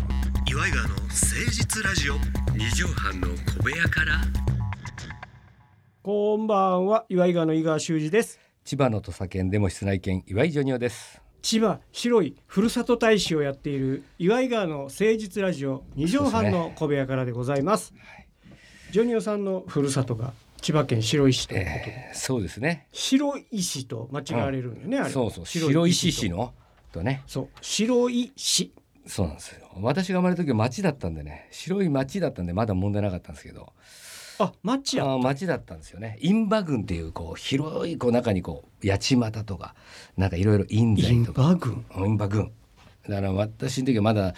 イガーの誠実ラジオ二畳半の小部屋からこんばんは、岩井川の井川修司です。千葉の土佐県でも室内犬岩井ジョニオです千葉白いふるさと大使をやっている岩井川の誠実ラジオ二畳半の小部屋からでございます。ジョニオさんのふるさとが千葉県白井市ということで、えー、そうですね白井市と間違われるんよね、あれ。そうそう白石と市。のとねそう、白井市。そうなんですよ私が生まれた時は町だったんでね白い町だったんでまだ問題なかったんですけどあ、町や。あー町だったんですよね印旛郡っていうこう広いこう中にこう八街とかなんかいろいろ印イ西ンとかバ軍。印旛郡だから私の時はまだ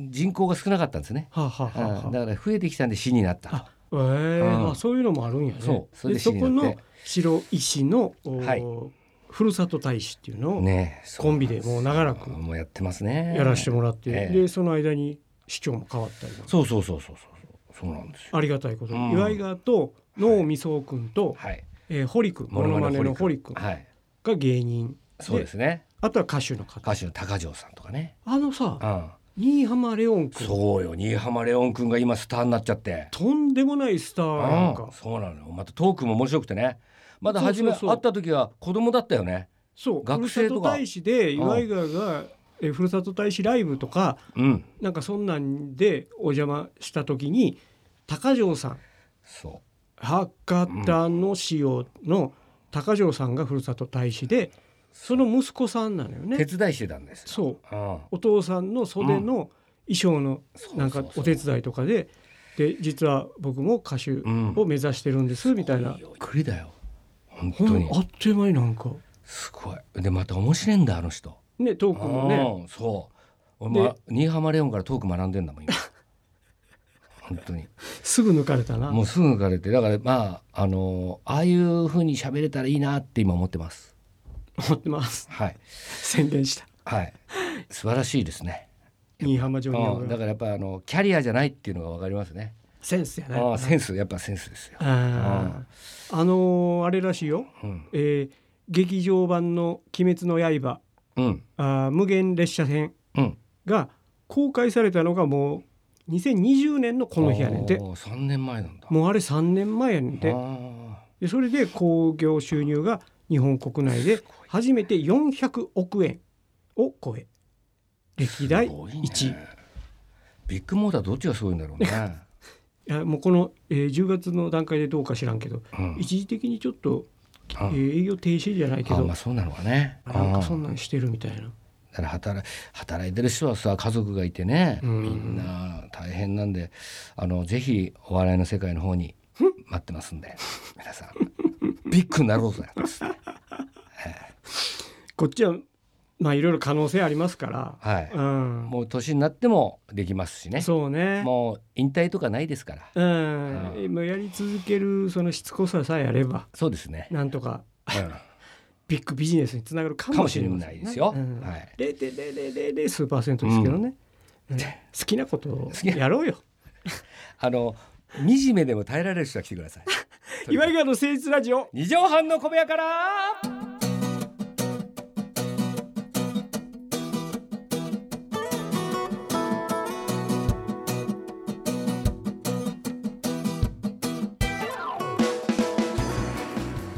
人口が少なかったんですねはあ、はあはあうんはだから増えてきたんで市になったあ。えーうんあ、そういうのもあるんやね。そうそれででそ市にこなっての白井市の、おはいふるさと大使っていうのを、ねえコンビでもう長らくもうやってますねやらせてもらって、ええでその間に市長も変わったりなんかそうそうそうそうそうそうなんですよありがたいことで、うん岩井川と能美く君と、はいえー堀君モノマネの堀君はいが芸人そうですねあとは歌手の方歌手の高城さんとかねあのさうん新浜レオン君そうよ新浜レオン君が今スターになっちゃってとんでもないスターやんうかんそうなのよまたトークも面白くてねまだ初めそうそう会そうった時は子供だったよねそう学生とかふるさと大使でうん岩井川が、えーふるさと大使ライブとかうんなんかそんなんでお邪魔した時に高城さんそ博多の塩の高城さんがふるさと大使でその息子さんなのよう手ね伝いしてたんですよそううんお父さんの袖の衣装のそうなんかそうそおう手伝いとかでで実は僕も歌手うんを目指してるんですみたいなびっくりだよ本当ほんにあっという間になんかすごいでまた面白いんだあの人ねトークもねうんそう俺、まで、新浜レオンからトーク学んでんだもん今 本当にすぐ抜かれたなもうすぐ抜かれてだからまああのああいう風に喋れたらいいなって今思ってます思ってますはい 宣伝 したはい素晴らしいですね、新浜ジョニうオん、だがからやっぱあのキャリアじゃないっていうのがわかりますね、センスやねああセンスやっぱセンスですよ、あーあのーあれらしいようんえー劇場版の「鬼滅の刃」うんあー無限列車編うんが公開されたのがもう2020年のこの日やねんておー三年前なんだもうあれ3年前やねんてあーでそれで興行収入が日本国内で初めて400億円を超え歴代すごいね1位いビッグモーターどっちがすごいんだろう ね、やもうこの、えー10月の段階でどうか知らんけどうん、一時的にちょっと、えあー営業停止じゃないけあどまあそうなのかねなんかそうんんなんしてるみたいなだから働い働いてる人はさ家族がいてね、うんみんな大変なんであのぜひお笑いの世界の方に待ってますんで皆さんビッグになろうぜこっちはまあいろいろ可能性ありますから、はい、うん、もう年になってもできますしねそうねもう引退とかないですからうん、うん今やり続けるそのしつこささえあればそうですね、なんとかうビッグビジネスにつながるかん、かももししれれませなんいねですよ、うんはい0.0000数パーセントですけどね、うん好きなことをきなやろうよあの惨めでも耐えられる人は来てくださいという 岩こ井とで川の誠実ラジオ二畳半の小部屋から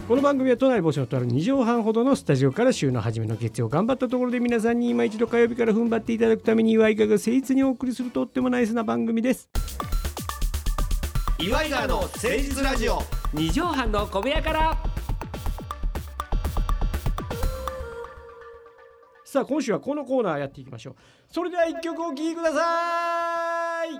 この番組は都内防止のとある2畳半ほどのスタジオから週の初めの月曜頑張ったところで皆さんに今一度火曜日から踏ん張っていただくために岩井川が誠実にお送りするとってもナイスな番組です岩井川の誠実ラジオ二畳半の小部屋からさあ今週はこのコーナーやっていきましょうそれでは一曲お聴きください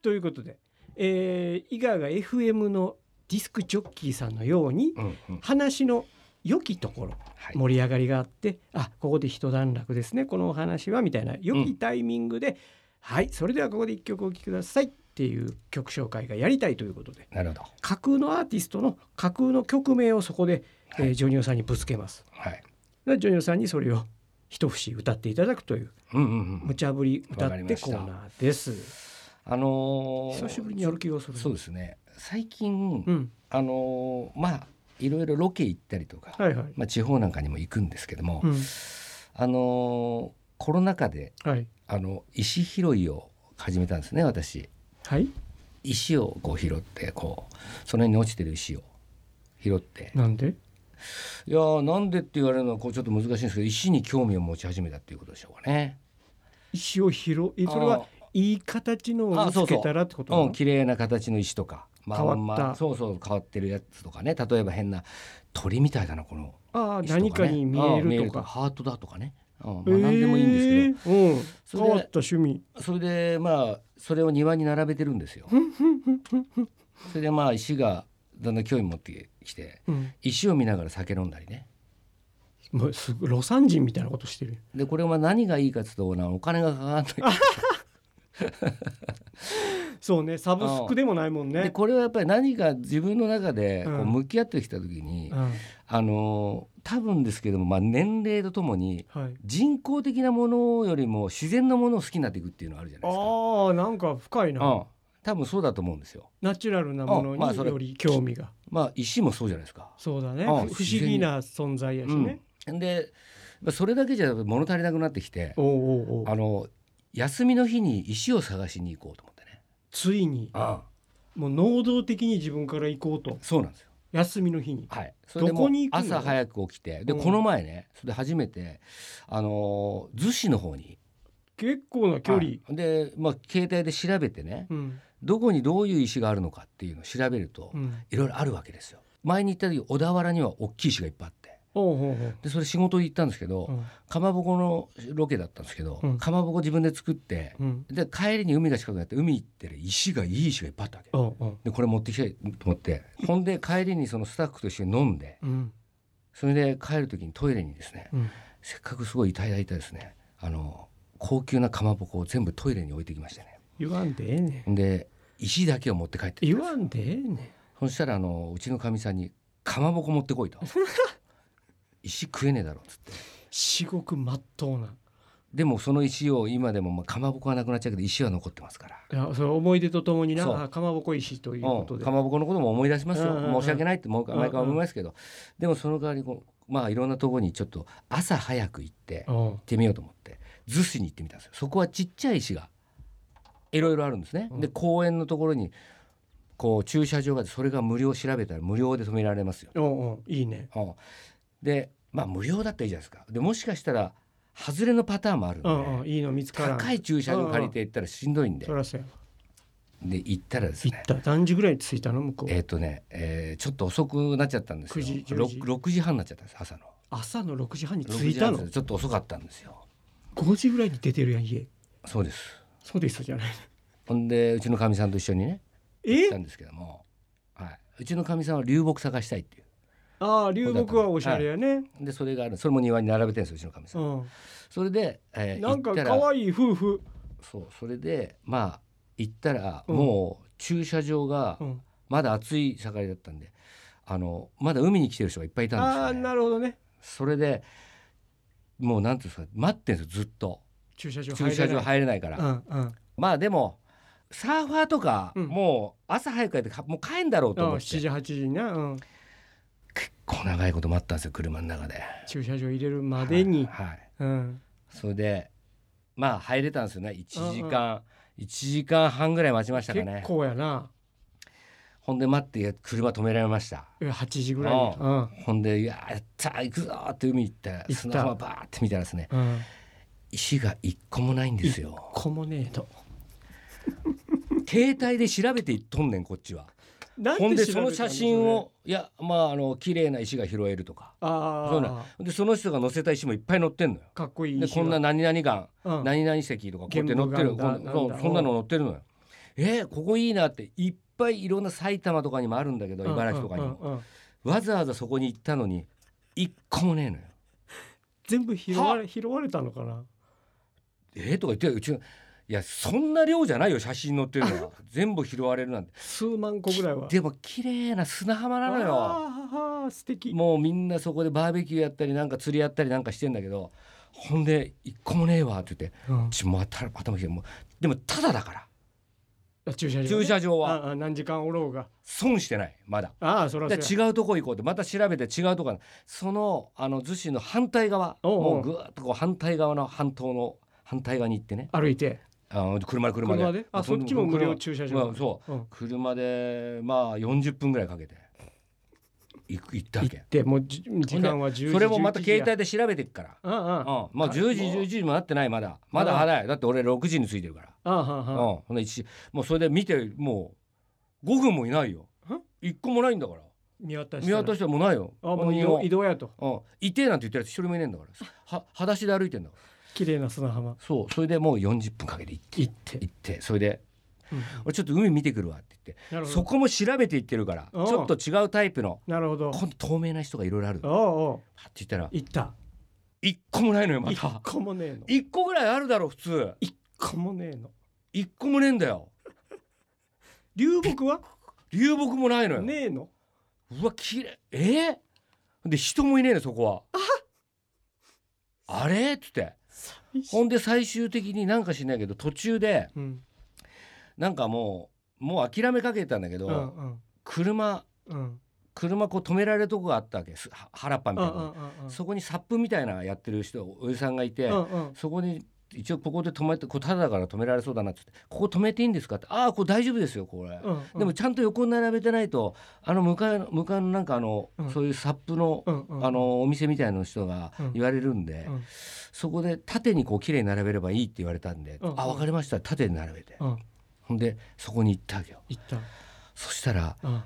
ということで、えー、伊賀が FM のディスクジョッキーさんのようにうんうん話の良きところはい盛り上がりがあって、あここで一段落ですねこのお話はみたいな良きタイミングで、はいそれではここで一曲お聴きくださいっていう曲紹介がやりたいということでなるほど架空のアーティストの架空の曲名をそこで、えージョニオさんにぶつけます。はいでジョニオさんにそれを一節歌っていただくといううんうんうん無茶ぶり歌わっかりてまコしたーナーです。あのー久しぶりにやる気がする。そうですね最近、うん、あのーまあいろいろロケ行ったりとか、はいはい。まあ、地方なんかにも行くんですけども、うん、あのーコロナ禍ではい。あの石拾いを始めたんですね私はい石をこう拾ってこうその辺に落ちてる石を拾ってなんでいやーなんでって言われるのはこうちょっと難しいんですけど石に興味を持ち始めたっていうことでしょうかね。石を拾いそれあはのいい形のをあ見そうつそうけたらってことなうんの綺麗な形の石とか、ま変わったんまそうそう変わってるやつとかね例えば変な鳥みたいだなこのああ石とかね、何かに見あえーるとかハートだとかね、うんまあ、何でもいいんですけど、すけど、うん、そ変れでわった趣味それでまあそれを庭に並べてるんです よ。それでまあ石がだんだん興味持ってきてうん石を見ながら酒飲んだりね。もうすごいロサン人みたいなことしてるでこれは何がいいかっていうとなお金がかからないそうねサブスクでもないもんでね、これはやっぱり何か自分の中でこううん向き合ってきた時に、うんあのー多分ですけども、まあ、年齢とともにはい、人工的なものよりも自然なものを好きになっていくっていうのはあるじゃないですか。ああなんか深いな、うん、多分そうだと思うんですよ。ナチュラルなものあまあそにれより興味が、まあ石もそうじゃないですか。そうだあねふ不思議な存在やしね、うん、でまあそれだけじゃ物足りなくなってきておうおうおうあの休みの日に石を探しに行こうと思ってね。ついにあもう能動的に自分から行こうとそうなんですよ。休みの日にはい、それでもどうこに行くの朝早く起きてで、うんこの前ねそれで初めてあのー逗子の方に結構な距離、はいで、まあ、携帯で調べてねうんどこにどういう石があるのかっていうのを調べると、うんいろいろあるわけですよ。前に行った時小田原には大きい石がいっぱいあっておうおうおうでそれ仕事で行ったんですけど、うんかまぼこのロケだったんですけど、うんかまぼこ自分で作ってうんで帰りに海が近くなって海行ってる石がいい石がいっぱいあったわけ。おうおうでこれ持ってきたいと思ってほんで帰りにそのスタッフと一緒に飲んでうんそれで帰る時にトイレにですねうんせっかくすごいいただいたですねあの高級なかまぼこを全部トイレに置いてきましてね言わんでええねんで石だけを持って帰って言わんでええねそしたらあのうちのかみさんに「かまぼこ持ってこい」 と「石食えねえだろ」っつって至極まっとうなでもその石を今でも、まあ、かまぼこはなくなっちゃうけど石は残ってますから。いやそれ思い出とともにそうなあかまぼこ石というこうとん、で、かまぼこのことも思い出しますよ、うんうんうん申し訳ないってもううんうん毎回思いますけど、でもその代わりこうまあいろんなところにちょっと朝早く行って行っうんてみようと思って逗子に行ってみたんですよそこはちっちゃい石がいろいろあるんですね、うんで公園のところにこう駐車場があってそれが無料調べたら無料で止められますよおうおういいねうんでまあ無料だったらいいじゃないですかでもしかしたら外れのパターンもあるんで、うんうんいいの見つからん高い駐車場借りて行ったらしんどいんで、そらそうやで行ったらです行っねた何時ぐらいに着いたの向こう、えっ、とね、えーちょっと遅くなっちゃったんですよ9時10時ろく 6, 時半になっちゃったんです朝の朝の6時半に6着い時た半のですちょっと遅かったんですよ5時ぐらいに出てるやん家そうですそうですじゃないほんでうちのかみさんと一緒にね行ったえんですけども、はいうちのかみさんは流木探したいっていああ流木はおしゃれやね、うでそれがあるそれも庭に並べてるんですようちのかみさん、それで、うえーん、なん行かったら可愛い夫婦、そうそれでまあ行ったらうんもう駐車場がうん、まだ暑い盛りだったんであのまだ海に来てる人がいっぱいいたんですあよあ、ね、なるほどねそれでもうなんていうんですか待ってるんですよずっと駐車場駐入れな車い場入れないから、うんうんまあでもサーファーとか、うんもう朝早く帰ってかもう帰んだろうとあ思あって7結時8時にな、うん、構長いこと待ったんですよ車の中で駐車場入れるまでに、はいはいうん、それでまあ入れたんですよね1時間、一1時間半ぐらい待ちましたか結ね構やなほんで待って車止められましたえ8時ぐらいに、ううんほんで「いやーやったー行くぞ!」って海行ったら行った砂浜バーって見たらですねうん、石が一個もないんですよこもねえと携帯で調べていっとんねんこっちはなほんで調べそたの写真をいやまああの綺麗な石が拾えるとかそれああそうなでその人が載せた石もいっぱい載ってんのよかっこいいで石こんな何々岩、うん何々石とかこうやって載ってるこん原木岩だなんだそうそんなの載ってるのよえー、ここいいなっていっぱいいろんな埼玉とかにもあるんだけど茨城とかにも、うんうんうんわざわざそこに行ったのに一個もねえのよ全部拾われ拾われたのかなえー、とか言ってうちのいやそんな量じゃないよ写真載ってる のは全部拾われるなんて数万個ぐらいはでも綺麗な砂浜なのよああ素敵もうみんなそこでバーベキューやったりなんか釣りやったりなんかしてんだけどほんで一個もねえわって言ってうんちょまた頭きてもうでもただだからあ駐車場ね駐車場はああ何時間おろうが損してないまだああそらだそからら違うとこ行こうってまた調べて違うとこそのあの逗子の反対側おうおうもうぐーっとこう反対側の半島の反対側に行ってね歩いてあの車で車で車であそっちも無料駐車場まあ、そううん車でまあ40分ぐらいかけて行く行ったわ行けってもうじ時間は10時それもまた携帯帯で調べてっからああああうん、まあか10時11時にもなってないまだまだ早いだって俺6時に着いてるからああはうんあはあほんで一もうそれで見てもう5分もいないよん1個もないんだから見渡し見たら渡してもうないよあもう移も動移動やとうんいてえなんて言ってるやつ一人もいねえんだからは裸足で歩いてんだから綺麗な砂浜そうそれでもう40分かけて行って行って、行ってそれでうん「俺ちょっと海見てくるわ」って言っなるてほそどこも調べて行ってるからちうんょっと違うタイプのなるほど今度透明な人がいろいろあるおパうッおうて言ったら行った1個もないのよま一た個もねえの一1個ぐらいあるだろ普通個もねえの1個もねえんだよ流木は流木もないのよ、ねえのうわ綺麗えーで人もいねえのそこはあれっつってほんで最終的になんか知んないけど途中でうんなんかもうもう諦めかけたんだけど、うんうん車うん車こう止められるとこがあったわけすは原っぱみうたいんな、うんうんうんそこにサップみたいなやってる人おじさんがいて、うんうんそこに一応ここで止めてこうただだから止められそうだなってってここ止めていいんですかってああこれ大丈夫ですよこれ、うんうんでもちゃんと横に並べてないとあの向かいの向かいのなんかあの、うんそういうサップの、うんうんあのお店みたいな人がうん言われるんで、うんそこで縦にこう綺麗に並べればいいって言われたんで、うんうんあ分かりました縦に並べて、うんほんでそこに行ったわけよ行ったそしたらうん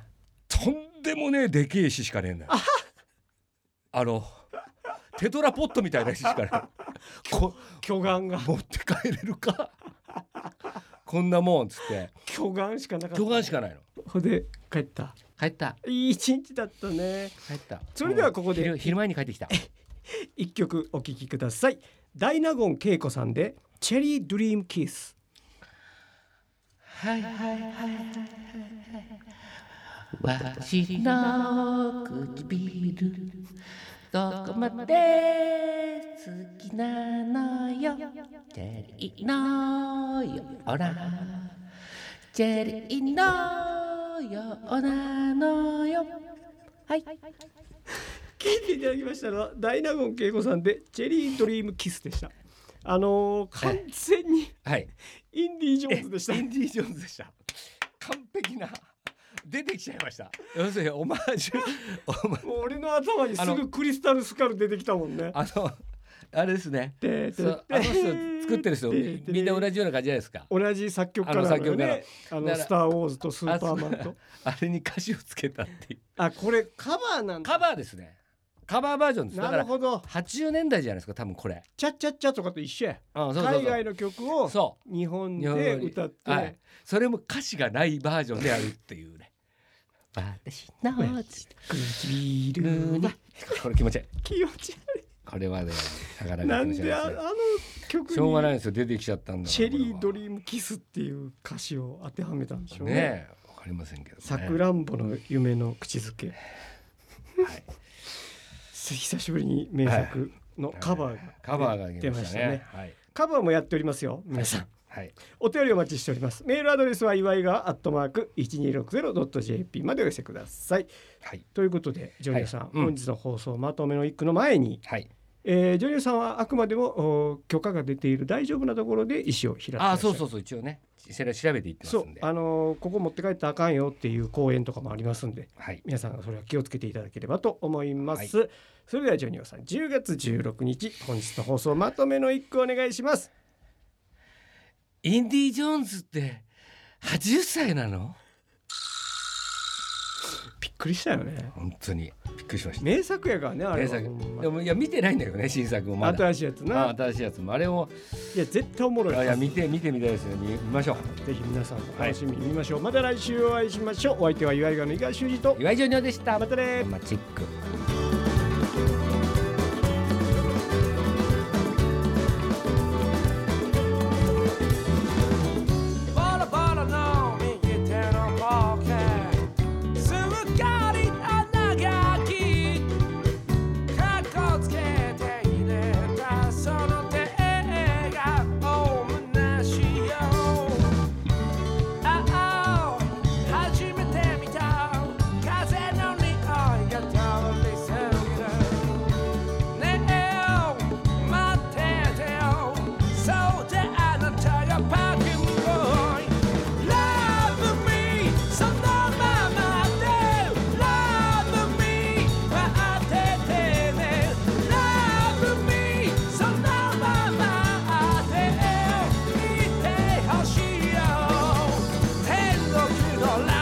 とんでもねえでけえ石しかねえんだよあのテトラポットみたいな石しかねえ こ巨岩が 持って帰れるか こんなもんっつって巨岩しかなかった巨岩しかないのほんで帰った帰ったいい一日だったね帰ったそれではここでもう昼昼前に帰ってきた一曲お聴きくださいダイナゴン恵子さんでチェリードリームキスはいはいはいはいはい私の唇どこまで好きなのよチェリーのようなチェリーのようなのよはい聴いていただきましたのはダイナゴン恵子さんでチェリードリームキスでしたあのー、完全にはいインディ・ジョーンズでしたインディ・ジョーンズでした完璧な出てきちゃいました要するにオマージュオマもう俺の頭にすぐクリスタルスカル出てきたもんねあのあれですねでそうあの人作ってる人みんな同じような感じじゃないですか同じ作曲家なのよねあ曲家のなのスター・ウォーズとスーパーマンとあれに歌詞をつけたっていうあこれカバーなんだカバーですねカバーバージョンですだなかるらほど80年代じゃないですか多分これチャッチャッチャとかと一緒やあそうそうそう海外の曲をそ日本う日本でより歌って、はい、それも歌詞がないバージョンであるっていうね私の唇はこれ気持ちいい気持ちこれはねなかな悪か気持ちいなんいいでああでの曲すしょうがないにですよ出てきちゃったんだからチェリードこリームキスっていう歌詞を当てはめたんでしょうれねはねえわかりませんけどねさくらんぼの夢の口づけ、い久しぶりに名作のカバーが、カバーが出ましたね出ましはいカバーもやっておりますよ皆さんはいお便りお待ちしておりますメールアドレスは祝いがアットマーク 1260.jp までお寄せくださいはいということでジョニオさん、はいうん本日の放送まとめの一句の前に、はいえー、ジョニオさんはあくまでもお許可が出ている大丈夫なところで石を開いてらっしゃるああそうそうそう一応ねそれは調べていってますそうんであのーここ持って帰ったらあかんよっていう講演とかもありますんではい皆さんそれは気をつけていただければと思います、それではジョニオさん10月16日本日の放送まとめの一句お願いしますインディ・ジョーンズって80歳なのびっくりしたよね本当にびっくりしました名作やからねあれ名は作ほんまでもいや見てないんだよね新作もまだ新しいやつあな新しいやつもあれをいや絶対おもろいいや見て見てみたいですね見見ましょうぜひ皆さんお楽しみに見ましょう、また来週お会いしましょうお相手は岩井川の井川修司と岩井ジョニオでしたまたねまあチェックバラバラの右手のポケすっかり穴が開きかっこつけて入れたその手がおむなしよああ初めて見た風の匂いが通りのラ